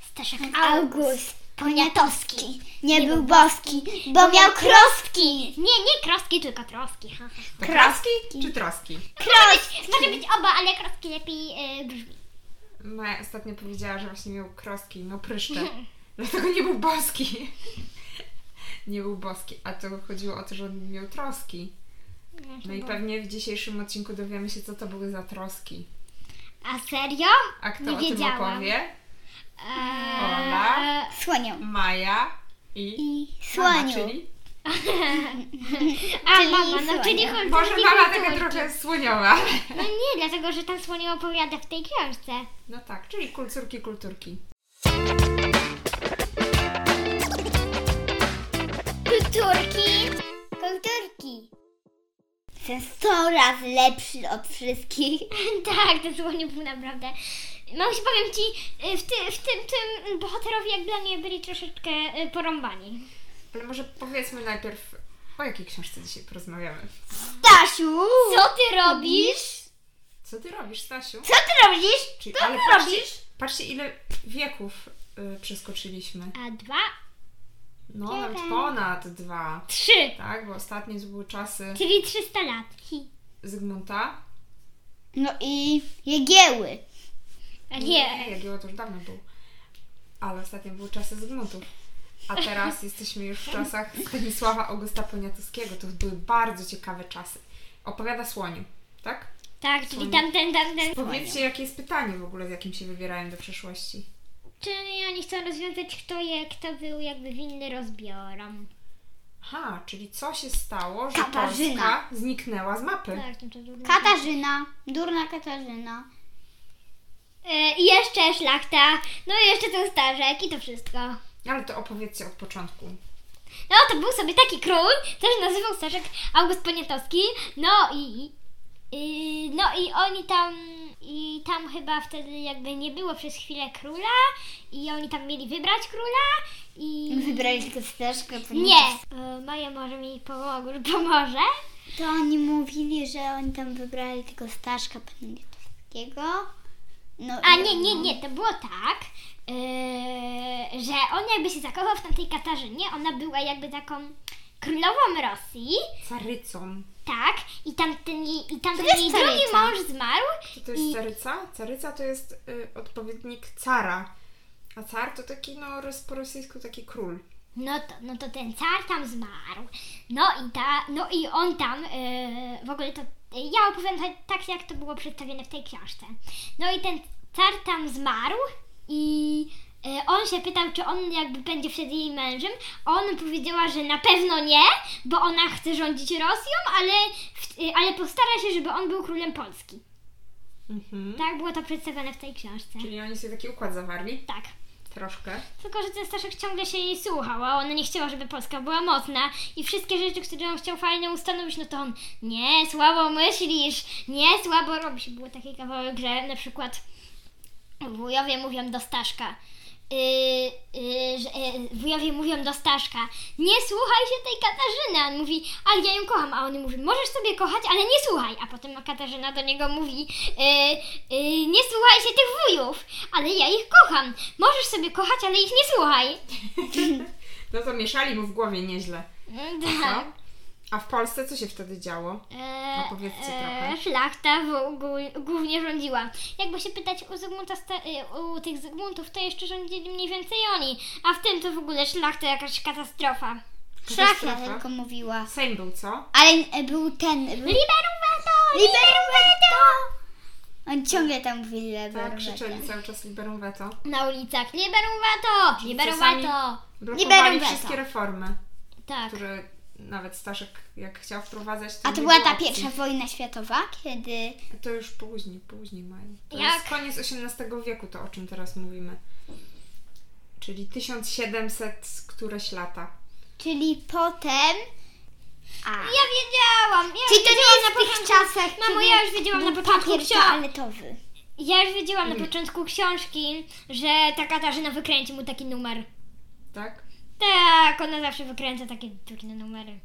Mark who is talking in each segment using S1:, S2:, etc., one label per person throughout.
S1: Staszek
S2: August
S1: Poniatowski.
S2: nie był boski, bo miał krostki.
S1: Nie, nie kroski, tylko troski. ha, ha.
S2: Krostki?
S3: Czy troski?
S1: Kroski! Może być oba, ale kroski lepiej y, brzmi.
S3: Maja ostatnio powiedziała, że właśnie miał krostki, miał pryszcze. Dlatego nie był boski. Nie był boski, a to chodziło o to, że on miał troski. No i pewnie w dzisiejszym odcinku dowiemy się, co to były za troski.
S1: A serio?
S3: A kto
S1: Nie
S3: o tym
S1: wiedziałam.
S3: opowie?
S1: Eee,
S2: Słonią.
S3: Maja i,
S2: I
S3: mama,
S2: słoniu.
S3: czyli...
S1: a
S2: Czyli
S1: mama, no
S2: słoń.
S1: czyli chodzi
S3: Boże, mama taka trochę słoniowa.
S1: No nie, dlatego że tam słonie opowiada w tej książce.
S3: No tak, czyli kulturki, kulturki.
S2: Kulturki. Kulturki. Jestem 100 razy lepszy od wszystkich.
S1: tak, ten słonie był naprawdę... Mamuś, powiem Ci, y, w, ty, w tym, tym bohaterowie jak dla mnie byli troszeczkę y, porąbani.
S3: Ale może powiedzmy najpierw, o jakiej książce dzisiaj porozmawiamy.
S2: Stasiu!
S1: Co Ty robisz?
S3: Co ty robisz, Stasiu?
S2: Co ty robisz?
S3: Czyli,
S2: Co
S3: ale
S2: ty
S3: patrzcie,
S2: robisz?
S3: patrzcie, ile wieków y, przeskoczyliśmy.
S1: A dwa,
S3: No, nawet
S1: Jeden.
S3: ponad dwa.
S1: trzy,
S3: Tak, bo ostatnie to były czasy
S1: czyli 300 lat. Hi.
S3: Zygmunta.
S2: No i jegieły.
S1: A Nie,
S3: Jagiełło to już dawno był. Ale ostatnio były czasy Zygmuntów. A teraz jesteśmy już w czasach Stanisława Augusta Poniatowskiego. To były bardzo ciekawe czasy. Opowiada Słoniu, tak?
S1: tak, czyli
S3: Słonie.
S1: tamten, tamten.
S3: Powiedzcie, jakie jest pytanie w ogóle, z jakim się wybierają do przeszłości.
S1: Czyli oni chcą rozwiązać, kto je, kto był jakby winny rozbiorom.
S3: Aha, czyli co się stało, że
S2: Katarzyna.
S3: Polska zniknęła z mapy?
S1: Tak, to, to, to,
S2: Katarzyna. Durna Katarzyna.
S1: E, I jeszcze szlachta, no i jeszcze ten starzek i to wszystko.
S3: Ale to opowiedzcie od początku.
S1: No to był sobie taki król, też nazywał starzek August Poniatowski, no i... i- no i oni tam... I tam chyba wtedy jakby nie było przez chwilę króla i oni tam mieli wybrać króla i...
S2: Wybrali tylko Staszkę.
S1: Nie! E, Maja może mi pomogł, pomoże.
S2: To oni mówili, że oni tam wybrali tylko Staszka Poniatowskiego. No
S1: A
S2: i-
S1: nie, nie, nie, to było tak, yy, że on jakby się zakochał w tamtej Katarzynie, ona była jakby taką królową Rosji,
S3: Carycą.
S1: tak, i tamten jej, i tamten
S2: jest
S1: jej drugi
S2: caryca.
S1: mąż zmarł.
S3: Czy to jest
S1: I-
S3: caryca? Caryca to jest y, odpowiednik cara. A car to taki, no, roz- po rosyjsku taki król.
S1: No to, no to ten car tam zmarł. No i ta, no i on tam, yy, w ogóle to, ja opowiem tak, tak, jak to było przedstawione w tej książce. No i ten car tam zmarł i yy, on się pytał, czy on jakby będzie wtedy jej mężem. a Ona powiedziała, że na pewno nie, bo ona chce rządzić Rosją, ale, w, yy, ale postara się, żeby on był królem Polski.
S3: Mhm.
S1: Tak było to przedstawione w tej książce.
S3: Czyli oni sobie taki układ zawarli.
S1: Tak.
S3: Troszkę.
S1: Tylko, że ten Staszek ciągle się jej słuchał, a ona nie chciała, żeby Polska była mocna i wszystkie rzeczy, które on chciał fajnie ustanowić, no to on nie, słabo myślisz, nie, słabo robisz. Był taki kawałek, że na przykład wujowie mówią do Staszka, yy, yy, że, yy, wujowie mówią do Staszka, nie słuchaj się tej Katarzyny. On mówi, ale ja ją kocham, a on mówi, możesz sobie kochać, ale nie słuchaj. A potem Katarzyna do niego mówi, yy, yy, nie słuchaj się tych wujów, ale ja ich kocham. Możesz sobie kochać, ale ich nie słuchaj.
S3: No to mieszali mu w głowie nieźle.
S1: Tak.
S3: No. A w Polsce co się wtedy działo?
S2: No
S1: E,
S3: Opowiedzcie
S1: e,
S3: trochę.
S1: Szlachta w ogóle, głównie rządziła. Jakby się pytać u Zygmunta, sta, e, u tych Zygmuntów, to jeszcze rządzili mniej więcej oni, a w tym to w ogóle szlachta jakaś katastrofa.
S2: Hmm. Szlachta
S3: Katastrofa.
S2: tylko mówiła.
S3: Sejm był co? Tak
S2: Ale e, był ten...
S1: Liberum
S2: Liberum On ciągle tam mówi
S3: Tak,
S2: liberum
S3: krzyczeli cały czas liberum veto.
S1: na ulicach. Liberum veto! Liberum
S3: czasami-
S1: veto!
S3: Blokowali
S2: veto.
S3: wszystkie reformy,
S1: Tak.
S3: które nawet Staszek jak chciał wprowadzać, to
S2: A to
S3: nie
S2: była
S3: było
S2: ta
S3: opcji.
S2: pierwsza wojna światowa, kiedy...
S3: To już później, później mają. To
S1: Jak?
S3: jest koniec XVIII wieku, to o czym teraz mówimy. Czyli 1700 któreś lata.
S2: Czyli potem... A.
S1: Ja wiedziałam! Ja
S2: Czyli to nie
S1: wiedziałam
S2: jest
S1: na
S2: w tych
S1: początku-
S2: czasach,
S1: Mamo,
S2: kiedy
S1: ja już wiedziałam na
S2: był
S1: początku
S2: papier
S1: książki.
S2: toaletowy.
S1: Ja już wiedziałam na
S2: Mhm.
S1: początku książki, że ta Katarzyna wykręci mu taki numer.
S3: Tak?
S1: Tak, ona zawsze wykręca takie durne numery.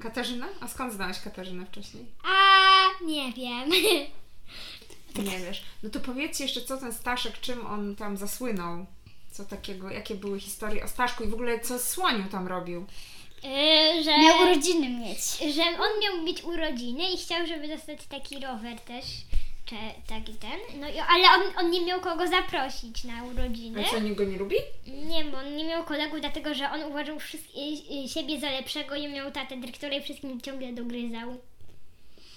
S3: Katarzyna? A skąd znałaś Katarzynę wcześniej?
S1: A nie wiem. y,
S3: Nie wiesz. No to powiedzcie jeszcze, co ten Staszek, czym on tam zasłynął. Co takiego, jakie były historie o Staszku i w ogóle co Słoniu tam robił.
S1: Yy, że,
S2: Miał urodziny mieć.
S1: że on miał mieć urodziny i chciał, żeby dostać taki rower też. Czy taki ten. No i, ale on, on nie miał kogo zaprosić na urodziny.
S3: Ale co, nikt go nie lubi?
S1: Nie, bo on nie miał kolegów, dlatego że on uważał wszystk- y- y- siebie za lepszego i miał tatę, który wszystkim ciągle dogryzał.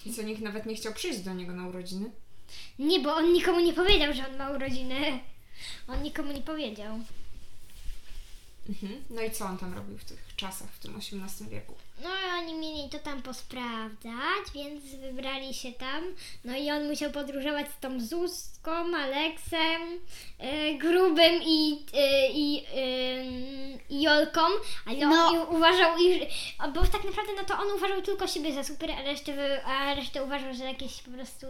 S3: I co, nikt nawet nie chciał przyjść do niego na urodziny?
S1: Nie, bo on nikomu nie powiedział, że on ma urodziny. On nikomu nie powiedział.
S3: Mhm. No i co on tam robił w tych czasach, w tym XVIII wieku?
S1: No i oni mieli to tam posprawdzać, więc wybrali się tam. No i on musiał podróżować z tą Zuzką, Aleksem, y, Grubym i, y, i, y, i Jolką, ale on
S2: No.
S1: i uważał ich, bo tak naprawdę no to on uważał tylko siebie za super, a resztę, wy- a resztę uważał, że jakieś po prostu...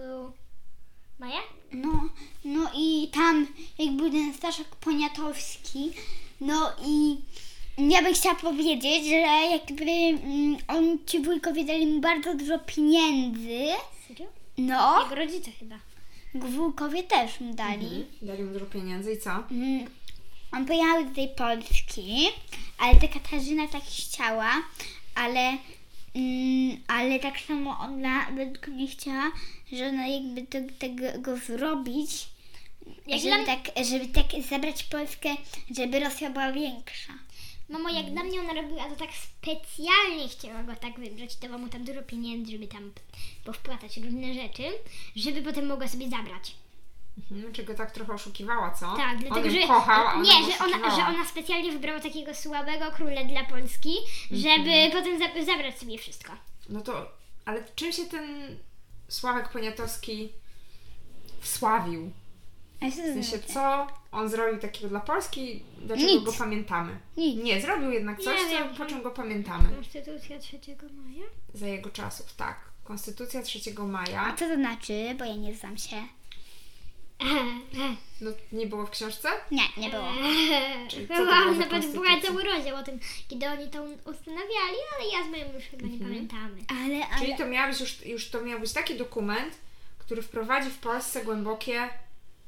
S1: Maja?
S2: No, no i tam jak był ten Staszek Poniatowski, no i ja bym chciała powiedzieć, że jakby mm, on ci wujkowie dali mu bardzo dużo pieniędzy,
S1: Serio?
S2: no,
S1: Jego rodzice chyba.
S2: wujkowie też mu dali.
S3: Dali mu dużo pieniędzy i co?
S2: Mm, On pojechał do tej Polski, ale ta Katarzyna tak chciała, ale, mm, ale tak samo ona według mnie chciała, że ona jakby to, tego zrobić,
S1: Jak
S2: żeby,
S1: dla-
S2: tak, żeby tak zabrać Polskę, żeby Rosja była większa.
S1: Mamo, No jak dla mnie ona robiła to tak specjalnie, chciała go tak wybrać, dawała mu tam dużo pieniędzy, żeby tam p- powpłatać różne rzeczy, żeby potem mogła sobie zabrać.
S3: Mhm. Czy go tak trochę oszukiwała, co?
S1: Tak, dlatego,
S3: on
S1: że...
S3: ją kochał, a ona
S1: nie,
S3: go
S1: że ona,
S3: oszukiwała.
S1: że ona specjalnie wybrała takiego słabego króla dla Polski, żeby
S3: Mhm.
S1: potem za, zabrać sobie wszystko.
S3: No to, ale czym się ten Sławek Poniatowski wsławił?
S2: A co
S3: W sensie,
S2: znaczy?
S3: co on zrobił takiego dla Polski, dlaczego
S2: Nic.
S3: go pamiętamy?
S2: Nic.
S3: Nie, zrobił jednak coś,
S1: Nie wiem.
S3: co, po czym go pamiętamy.
S1: Konstytucja 3 maja?
S3: Za jego czasów, tak. Konstytucja 3
S2: A
S3: maja.
S2: co to znaczy? Bo ja nie znam się.
S3: No, nie było w książce?
S2: Nie, nie było.
S3: Czyli co to była
S1: Byłam
S3: za
S1: nawet była
S3: konstytucja?
S1: cały rozdział o tym, kiedy oni to ustanawiali, ale ja z moją już chyba nie
S3: Mhm.
S1: pamiętamy.
S2: Ale,
S3: Czyli
S2: ale...
S3: to miał być już, już to miał być taki dokument, który wprowadzi w Polsce głębokie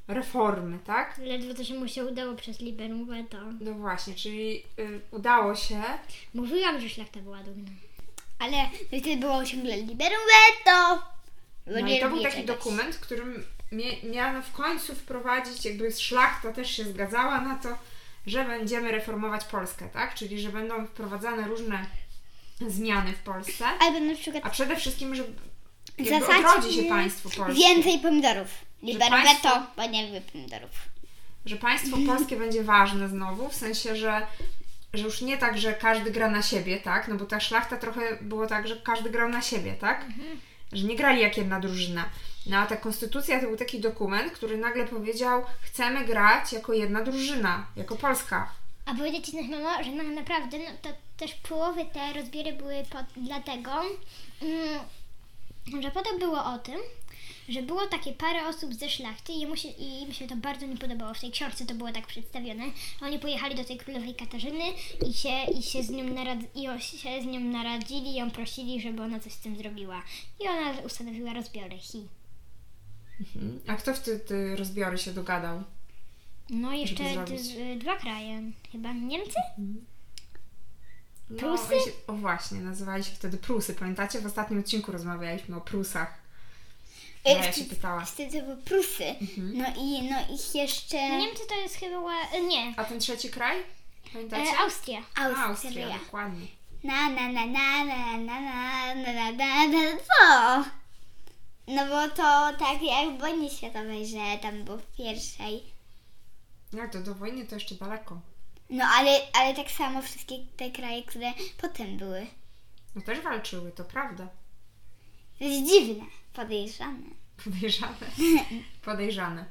S3: reformy, tak?
S1: Ledwo to się mu się udało przez Liberumę, to
S3: No właśnie, czyli y, udało się.
S1: mówiłam, że szlachta była dumna.
S2: Ale no wtedy było ciągle liberum veto. Bo
S3: No
S2: nie
S3: i to był
S2: lubię
S3: taki
S2: czegoś.
S3: dokument, w którym mie- miano w końcu wprowadzić, jakby szlachta też się zgadzała na to, że będziemy reformować Polskę, tak? Czyli, że będą wprowadzane różne zmiany w Polsce,
S2: Albo na przykład
S3: a przede wszystkim, że jakby
S2: Zasadźmy
S3: odrodzi się państwo polskie.
S2: Więcej pomidorów. Liberwe
S3: państwo-
S2: to, bo nie lubię pomidorów.
S3: że państwo polskie będzie ważne znowu, w sensie, że, że już nie tak, że każdy gra na siebie, tak? No bo ta szlachta trochę było tak, że każdy grał na siebie, tak?
S1: Mhm.
S3: Że nie grali jak jedna drużyna. No a ta konstytucja to był taki dokument, który nagle powiedział, chcemy grać jako jedna drużyna, jako Polska.
S1: A powiedzieć ci mama, że tak naprawdę no, to też połowy te rozbiory były po, dlatego, mm, że potem było o tym, że było takie parę osób ze szlachty i mu się, i im się to bardzo nie podobało. W tej książce to było tak przedstawione. Oni pojechali do tej królowej Katarzyny i się, i się, z, nią narad- i o- się z nią naradzili i ją prosili, żeby ona coś z tym zrobiła. I ona ustanowiła rozbiory. Hi.
S3: A kto w te, te rozbiory się dogadał?
S1: No i jeszcze
S3: zrobić.
S1: d- dwa kraje, chyba Niemcy?
S3: No,
S1: Prusy?
S3: oni Się, o właśnie, nazywali się wtedy Prusy. Pamiętacie? W ostatnim odcinku rozmawialiśmy o Prusach.
S1: E,
S3: No, ja się pytała.
S2: Wtedy były Prusy.
S3: Mhm.
S2: No i no ich jeszcze
S1: Niemcy to jest chyba. e, Nie.
S3: A ten trzeci kraj? Pamiętacie?
S1: E, Austria.
S2: Austria.
S3: Austria, dokładnie.
S2: Na na na na na na na na na na na na No bo to tak jak w wojnie światowej, że tam było w pierwszej.
S3: Jak to do wojny to jeszcze daleko.
S2: No ale, ale tak samo wszystkie te kraje, które potem były.
S3: No też walczyły, to prawda.
S2: To jest dziwne, podejrzane.
S3: Podejrzane. Podejrzane.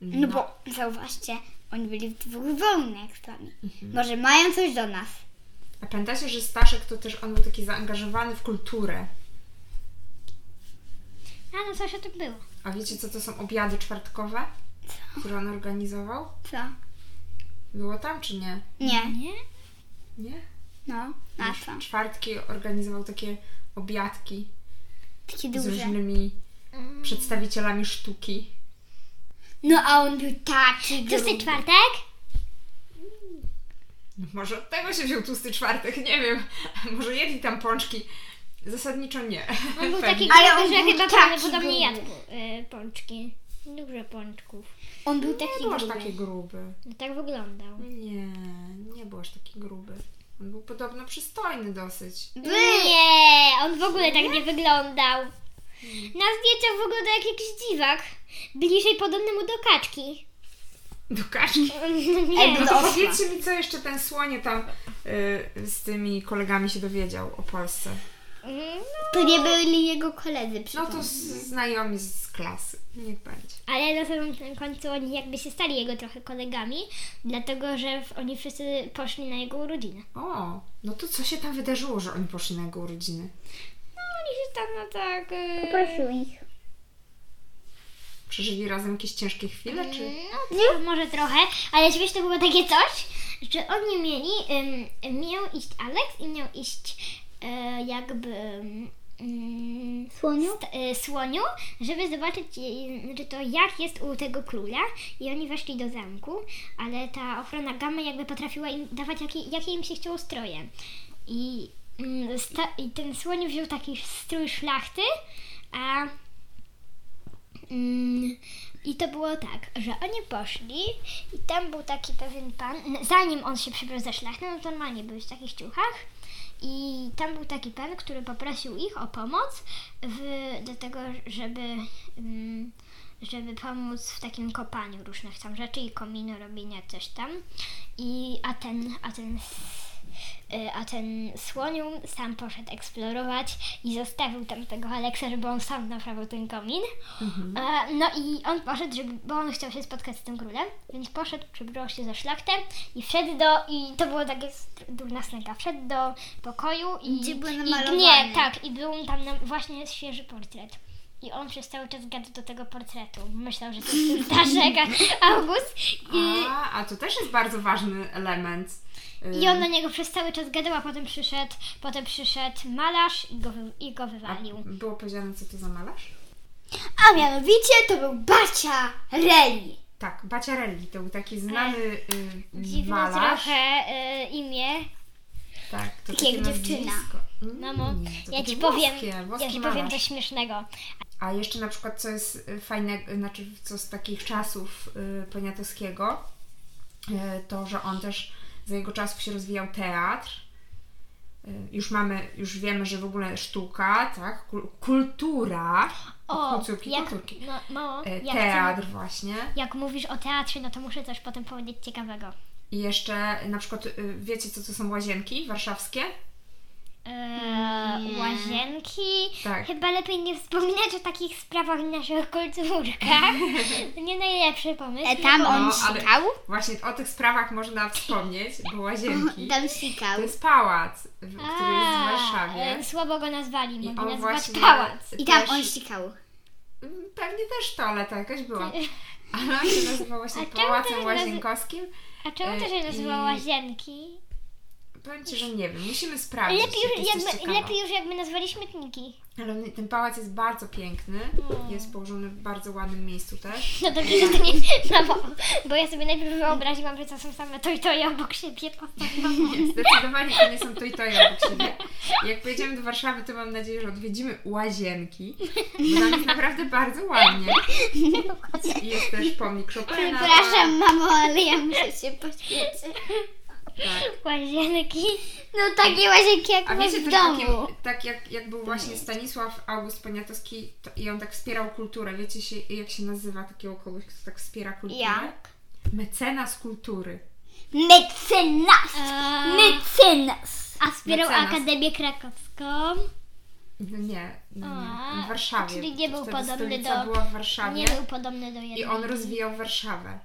S2: No, bo zauważcie, oni byli w dwóch wojnach z nami.
S3: Mhm.
S2: Może mają coś do nas.
S3: A pamiętacie, że Staszek to też on był taki zaangażowany w kulturę.
S1: A no coś o tym było.
S3: A wiecie co to są obiady czwartkowe? Które on organizował?
S2: Co?
S3: Było tam czy nie?
S2: Nie.
S1: Nie?
S3: Nie?
S2: No, na co?
S3: Czwartki organizował takie obiadki
S2: Takie
S3: z
S2: duże.
S3: różnymi przedstawicielami sztuki.
S2: No a on był taki
S1: Tłusty
S2: gruby.
S1: czwartek?
S3: No może od tego się wziął tłusty czwartek, nie wiem. Może jedli tam pączki. Zasadniczo nie.
S1: On był
S3: Pewnie.
S1: taki
S2: Ale
S1: gruby,
S2: on
S1: że
S2: był
S1: chyba
S2: taki
S1: prawdopodobnie jadł
S2: gruby.
S1: y, pączki. Dużo pączków.
S2: On był
S3: nie
S2: taki
S3: był aż
S2: gruby.
S3: taki gruby.
S1: No tak wyglądał.
S3: Nie, nie był aż taki gruby. On był podobno przystojny dosyć.
S1: Nie, on w ogóle tak nie wyglądał. Na zdjęciach wygląda jak jakiś dziwak. Bliżej podobny mu do kaczki.
S3: Do kaczki.
S1: Nie.
S2: Ej,
S3: No
S2: Do
S3: to
S2: osła.
S3: powiedzcie mi, co jeszcze ten słonie tam y, z tymi kolegami się dowiedział o Polsce.
S1: Mhm.
S2: To nie byli jego koledzy,
S3: No
S2: przypomnę.
S3: to z, znajomi z klasy. Niech będzie.
S1: Ale na samym końcu oni jakby się stali jego trochę kolegami, dlatego że w- oni wszyscy poszli na jego urodziny.
S3: O, no to co się tam wydarzyło, że oni poszli na jego urodziny?
S1: Oni się tam no tak... y,
S2: Poprosił ich.
S3: Przeżyli razem jakieś ciężkie chwile, czy...
S1: No to może trochę, ale wiesz, to było takie coś, że oni mieli, ym, miał iść Alex i miał iść e, jakby ym,
S2: Słoniu?
S1: st- y, słoniu, żeby zobaczyć, y, czy to jak jest u tego króla i oni weszli do zamku, ale ta ochrona gamy jakby potrafiła im dawać jakie, jakie im się chciało stroje. I, mm, sta- I ten słoń wziął taki strój szlachty, a Mm, I to było tak, że oni poszli i tam był taki pewien pan, n- zanim on się przebrał za szlachtę, no to normalnie był w takich ciuchach i tam był taki pan, który poprosił ich o pomoc w, do tego, żeby, mm, żeby pomóc w takim kopaniu różnych tam rzeczy i kominu robienia coś tam. I, a ten, a ten Y, a ten słoniu sam poszedł eksplorować i zostawił tam tego Aleksa, żeby on sam naprawił ten komin.
S2: Mhm.
S1: E, No i on poszedł, żeby, bo on chciał się spotkać z tym królem, więc poszedł, przebrał się za szlachtę i wszedł do, i to było takie str- durna scenka, wszedł do pokoju i...
S2: Gdzie były
S1: i,
S2: namalowane.
S1: Nie, tak, i był tam na, właśnie świeży portret. I on przez cały czas gadał do tego portretu. Myślał, że to jest Staszek August. I,
S3: A, a to też jest bardzo ważny element. y,
S1: i on na niego przez cały czas gadał, a potem przyszedł, potem przyszedł malarz i go, wy, i go
S3: a
S1: wywalił.
S3: było powiedziane, co to za malarz?
S2: A mianowicie to był Bacia Reli.
S3: Tak, Baciarelli to był taki znany y, y,
S1: Dziwne
S3: malarz.
S1: E, trochę y, imię.
S3: Tak, to
S2: Takie jak dziewczyna.
S3: nazwisko. Mm,
S1: Mamo,
S3: to
S1: No, ja
S3: takie
S1: ci powiem,
S3: włoskie, włoski
S1: ja ci
S3: malarz.
S1: powiem coś śmiesznego.
S3: A jeszcze na przykład, co jest y, fajnego, znaczy co z takich czasów y, Poniatowskiego, y, to że on też za jego czasów się rozwijał teatr. Y, Już mamy, już wiemy, że w ogóle sztuka, tak? Kul- Kultura. Kulturki,
S1: jak,
S3: kulturki.
S1: no, mało,
S3: Y,
S1: jak,
S3: Teatr właśnie.
S1: jak mówisz o teatrze, no to muszę coś potem powiedzieć ciekawego.
S3: I jeszcze na przykład, y, wiecie co to są łazienki warszawskie?
S1: Eee,
S2: Nie.
S1: łazienki.
S3: Mm, Tak.
S1: Chyba lepiej nie wspominać o takich sprawach w naszych kulturkach. To nie najlepszy pomysł.
S2: E, tam
S1: tylko-
S2: on
S3: No, ale-
S2: sikał.
S3: Właśnie o tych sprawach można wspomnieć, bo łazienki
S2: Tam sikał.
S3: to jest pałac, w- który jest w
S1: A,
S3: Warszawie.
S1: e, Słabo go nazwali,
S3: I
S1: mogli
S3: on
S1: nazwać
S3: właśnie
S1: pałac.
S2: I tam
S3: też-
S2: on sikał.
S3: Mm, Pewnie też toaleta jakaś była. Ale on się nazywał
S1: A
S3: właśnie
S1: czemu to
S3: Pałacem
S1: jest
S3: Łazienkowskim.
S1: A czemu to się
S3: E,
S1: nazywa
S3: i-
S1: łazienki?
S3: Powiem Ci, że nie wiem, musimy sprawdzić.
S1: Lepiej już,
S3: jak jest no. coś
S1: jakby,
S3: ciekawa.
S1: lepiej już jakby nazwali śmietniki.
S3: Ale on- ten pałac jest bardzo piękny,
S1: Mm.
S3: jest położony w bardzo ładnym miejscu też.
S1: No dobrze, że to nie... No bo, bo ja sobie najpierw wyobraziłam, że to są same to i to i obok siebie.
S3: Nie, zdecydowanie to nie są to i to obok siebie. Jak pojedziemy do Warszawy, to mam nadzieję, że odwiedzimy łazienki, bo tam jest naprawdę bardzo ładnie. I Jest też pomnik Chopina.
S2: Przepraszam, mamo, ale ja muszę się poświęcić.
S3: Tak.
S1: Łazienki.
S2: No takie łazienki jak
S3: A
S2: masz
S3: wiecie
S2: w
S3: też
S2: domu.
S3: takie, tak jak, jak był właśnie Stanisław August Poniatowski to, i on tak wspierał kulturę. Wiecie się, jak się nazywa takiego kogoś, kto tak wspiera kulturę?
S2: Jak?
S3: Mecenas kultury.
S2: Mecenas!
S1: Eee,
S2: Mecenas!
S1: a wspierał
S3: mecenas.
S1: Akademię Krakowską.
S3: No nie, no nie.
S1: A,
S3: W Warszawie.
S1: czyli nie był
S3: Wtedy
S1: podobny
S3: stolica
S1: do-
S3: była w Warszawie
S1: Nie był podobny do jednego.
S3: i on rozwijał Warszawę.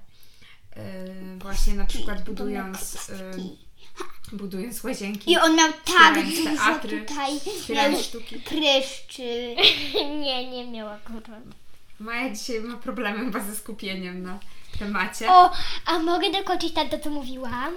S3: Yy, właśnie na przykład budując, yy, budując łazienki.
S2: I on miał tak
S3: Wspierając
S2: dużo
S3: teatry,
S2: tutaj
S3: wspierając sztuki.
S2: pryszczy.
S1: nie, nie miał akurat.
S3: Maja dzisiaj ma problemy chyba ze skupieniem na temacie.
S1: O, a mogę
S3: Mhm.
S1: dokończyć tak, to co mówiłam?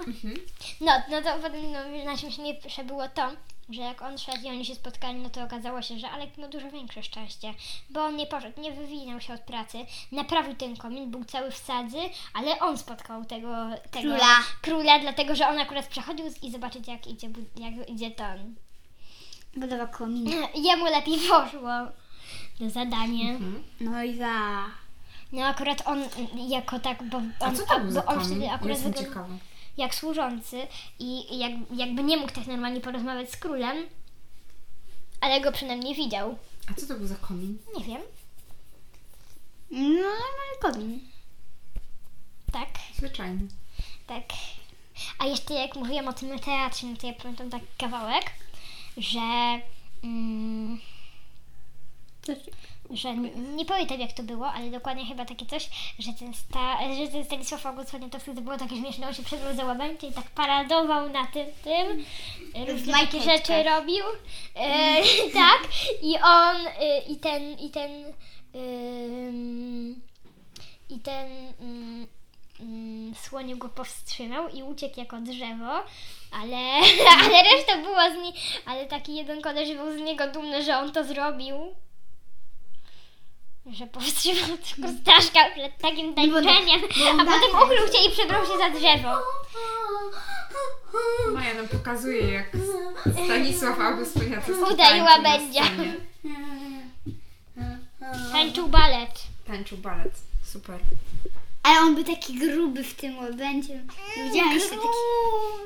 S1: No, no to potem no, na czym się nie przebyło to, że jak on szedł i oni się spotkali, no to okazało się, że Alek miał dużo większe szczęście, bo on nie poszedł, nie wywinął się od pracy, naprawił ten komin, był cały w sadzy, ale on spotkał tego, tego
S2: Króla.
S1: króla, dlatego że on akurat przechodził i zobaczyć jak idzie, bud- jak idzie ton.
S2: Budowa komina.
S1: Jemu lepiej poszło to zadanie.
S2: No i za.
S1: No akurat on jako tak, bo on,
S3: A co to był za
S1: bo on
S3: komin?
S1: wtedy akurat
S3: Jestem
S1: wyglądał
S3: ciekawa.
S1: jak służący i jak, jakby nie mógł tak normalnie porozmawiać z królem, ale go przynajmniej widział.
S3: A co to był za komin?
S1: Nie wiem,
S2: No, normalny komin.
S1: tak,
S3: Zwyczajny.
S1: tak. A jeszcze jak mówiłam o tym teatrze, no to ja pamiętam tak kawałek, że... Mm, że n- nie pamiętam jak to było, ale dokładnie chyba takie coś, że ten, sta, że ten Stanisław August Poniatowski to było takie śmieszne, on się przebrał za łabędzie i tak paradował na tym, tym różne takie
S2: majteczkach.
S1: rzeczy robił, e, tak, i on, e, i ten, i ten, ym, i ten mm, ym, ym, Mm, słoniu go powstrzymał i uciekł jako drzewo, ale, ale reszta była z niej, ale taki jeden koleś był z niego dumny, że on to zrobił że powstrzymał tylko Staszka przed takim tańczeniem, a potem ukrył się i przebrał się za drzewo.
S3: Maja nam pokazuje, jak Stanisław August Poniatowski
S1: Udaliła
S3: tańczył na
S1: będzie.
S3: scenie.
S1: Tańczył balet.
S3: Tańczył balet. Super.
S2: Ale on był taki gruby w tym łabędzie. Widziałam jeszcze taki
S1: Mm,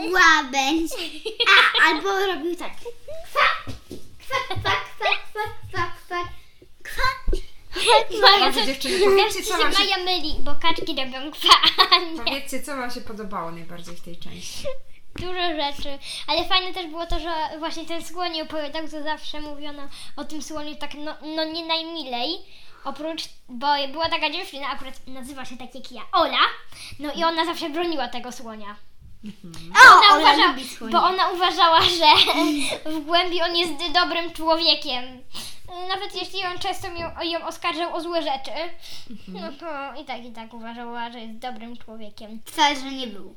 S1: Gruby.
S2: łabędź. A, albo robił tak. Kwa, kwa, kwa, kwa, kwa, kwa, kwa.
S1: Maja,
S3: Dobrze dziewczyny, powiedzcie co,
S1: się
S3: wam się,
S1: Maja myli, bo kaczki robią kwa, a nie.
S3: powiedzcie co Wam się podobało najbardziej w tej części.
S1: Dużo rzeczy. Ale fajne też było to, że właśnie ten słoń opowiadał, co zawsze mówiono o tym słoniu tak no, no nie najmilej. Oprócz, bo była taka dziewczyna, akurat nazywa się tak jak ja, Ola, no i ona zawsze broniła tego słonia.
S2: O,
S1: ona
S2: Ola
S1: uważa,
S2: lubi słonie.
S1: bo ona uważała, że w głębi on jest dobrym człowiekiem. Nawet jeśli on często ją, ją oskarżał o złe rzeczy,
S2: Mhm.
S1: no to i tak, i tak uważała, że jest dobrym człowiekiem.
S2: Wcale, że nie był.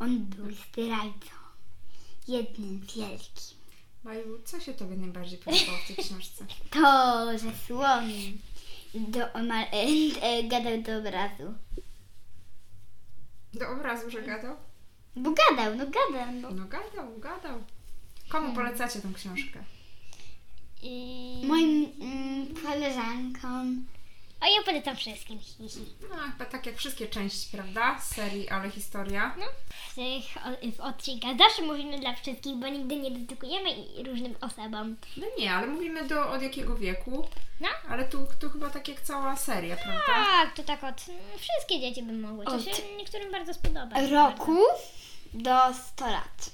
S2: On był zdrajcą. Jednym wielkim.
S3: Maju, co się Tobie najbardziej podobało w tej książce?
S2: To, że słoń do, ma, e, e, gadał do obrazu.
S3: Do obrazu, że gadał?
S2: Bo gadał, no gadał. No.
S3: No gadał, gadał. Komu polecacie tą książkę?
S1: I...
S2: Moim mm, koleżankom.
S1: A ja polecam wszystkim. Hi, hi.
S3: No, chyba tak jak wszystkie części, prawda? Z serii, ale historia.
S1: W tych o- w odcinkach zawsze mówimy dla wszystkich, bo nigdy nie dedykujemy i- różnym osobom.
S3: No nie, ale mówimy do, od jakiego wieku.
S1: No.
S3: Ale tu, tu chyba tak jak cała seria, prawda?
S1: Tak, to tak od... mm, Wszystkie dzieci by mogły. To
S2: Od-
S1: się niektórym bardzo spodoba.
S2: Roku do 100 lat.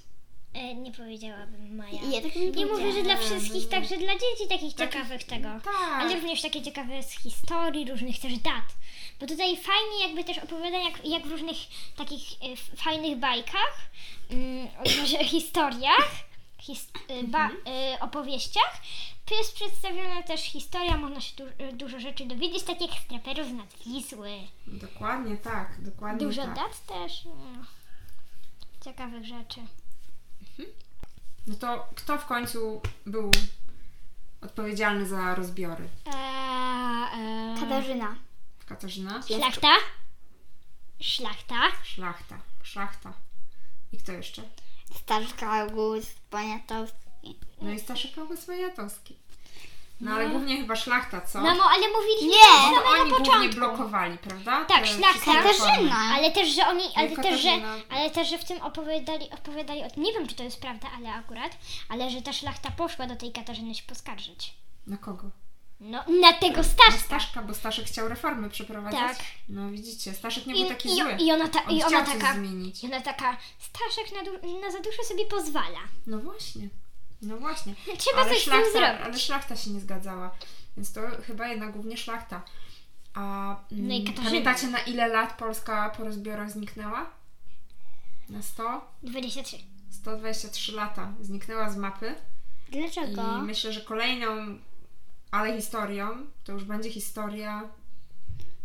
S1: E, nie powiedziałabym Maja.
S2: I ja tak
S1: Nie mówię, że dla
S2: powiedziałam.
S1: wszystkich, także dla dzieci takich
S3: Takich-
S1: ciekawych tego.
S3: tak.
S1: Ale również takie ciekawe z historii, różnych też dat. Bo tutaj fajnie jakby też opowiada jak, jak w różnych takich e, f- fajnych bajkach, mm, że historiach, his, e, ba,
S3: Mhm.
S1: e, opowieściach, tu jest przedstawiona też historia, można się du, e, dużo rzeczy dowiedzieć, tak jak z traperów z nad Wisły.
S3: Dokładnie tak, dokładnie
S1: Dużo
S3: tak.
S1: dat też. No. Ciekawych rzeczy.
S3: No to kto w końcu był odpowiedzialny za rozbiory?
S1: E, Eee, eee.
S2: Katarzyna.
S3: Katarzyna?
S1: Szlachta? Szlachta?
S3: Szlachta. Szlachta. I kto jeszcze?
S2: Starszka August Poniatowski.
S3: No i Staszek August Poniatowski. No ale głównie chyba szlachta, co?
S1: No, mo- ale mówiliśmy
S2: Nie,
S1: to
S3: no,
S1: same
S3: oni
S1: na
S3: głównie
S1: początku.
S3: blokowali, prawda?
S1: Tak,
S3: Te
S1: szlachta.
S3: wszystkie reformy.
S2: Katarzyna.
S1: Ale też, że oni, ale też, że,
S3: Katarzyna.
S1: ale też, że w tym opowiadali, opowiadali o, nie wiem czy to jest prawda, ale akurat, ale że ta szlachta poszła do tej Katarzyny się poskarżyć.
S3: Na kogo?
S1: No, na tego
S3: Na
S1: Staszka.
S3: Staszka, bo Staszek chciał reformy przeprowadzać.
S1: Tak.
S3: No widzicie, Staszek nie
S1: I,
S3: był taki
S1: i,
S3: zły.
S1: i ona, ta,
S3: On
S1: i ona
S3: chciał coś
S1: taka,
S3: zmienić.
S1: i ona taka, Staszek na, du- na za dużo sobie pozwala.
S3: No właśnie. No właśnie.
S1: Trzeba coś z tym
S3: szlachta,
S1: zrobić.
S3: Ale szlachta się nie zgadzała. Więc to chyba jednak głównie szlachta. A mm,
S1: No i Katarzyna.
S3: pamiętacie na ile lat Polska po rozbiorach zniknęła? Na 100?
S1: 23.
S3: 123 lata. Zniknęła z mapy.
S2: Dlaczego?
S3: I myślę, że kolejną, ale historią, to już będzie historia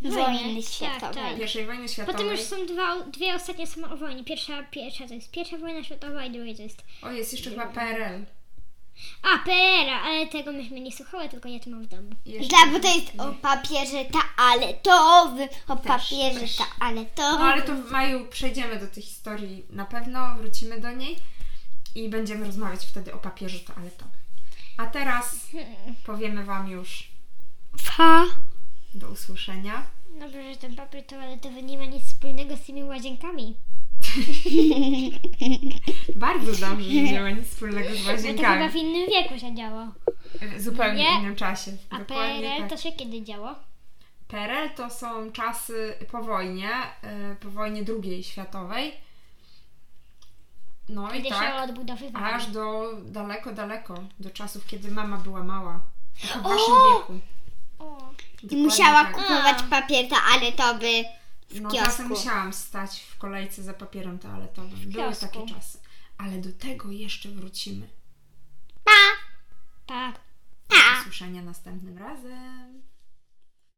S2: wojny
S1: Tak, tak.
S2: światowej.
S3: Pierwszej wojny światowej.
S1: Potem już są dwa, dwie ostatnie są o wojnie. Pierwsza, pierwsza to jest pierwsza wojna światowa i druga to jest...
S3: O, jest jeszcze chyba PRL.
S1: A, PRL, ale tego myśmy nie słuchały, tylko ja to mam w domu.
S3: I Jeszcze...
S2: Dla, bo to jest o papierze toaletowym, o papierze
S3: też. No
S2: toaletowym.
S3: ale to w maju przejdziemy do tej historii na pewno, wrócimy do niej i będziemy rozmawiać wtedy o papierze toaletowym. A teraz powiemy Wam już
S2: Pa.
S3: do usłyszenia.
S1: Dobrze, że ten papier toaletowy nie ma nic wspólnego z tymi łazienkami.
S3: Bardzo dobrze, że nie ma nic wspólnego z
S1: Bo to chyba
S3: łazienkami.
S1: w innym wieku się działo.
S3: W zupełnie
S1: Nie.
S3: innym czasie.
S1: A
S3: Dokładnie
S1: PRL
S3: tak.
S1: to się kiedy działo?
S3: PRL to są czasy po wojnie, y, po wojnie II światowej. No i
S1: Kiedy się
S3: tak,
S1: odbudowywało.
S3: aż do daleko, daleko, do czasów, kiedy mama była mała. Taka w waszym wieku.
S1: O,
S2: I
S3: Dokładnie
S2: musiała
S3: tak.
S2: kupować
S1: A.
S2: papier toaletowy w
S3: No
S2: kiosku.
S3: czasem musiałam stać w kolejce za papierem toaletowym. Były
S1: kiosku.
S3: takie czasy. Ale do tego jeszcze wrócimy.
S2: Pa!
S1: pa. Tak.
S3: Do usłyszenia następnym razem.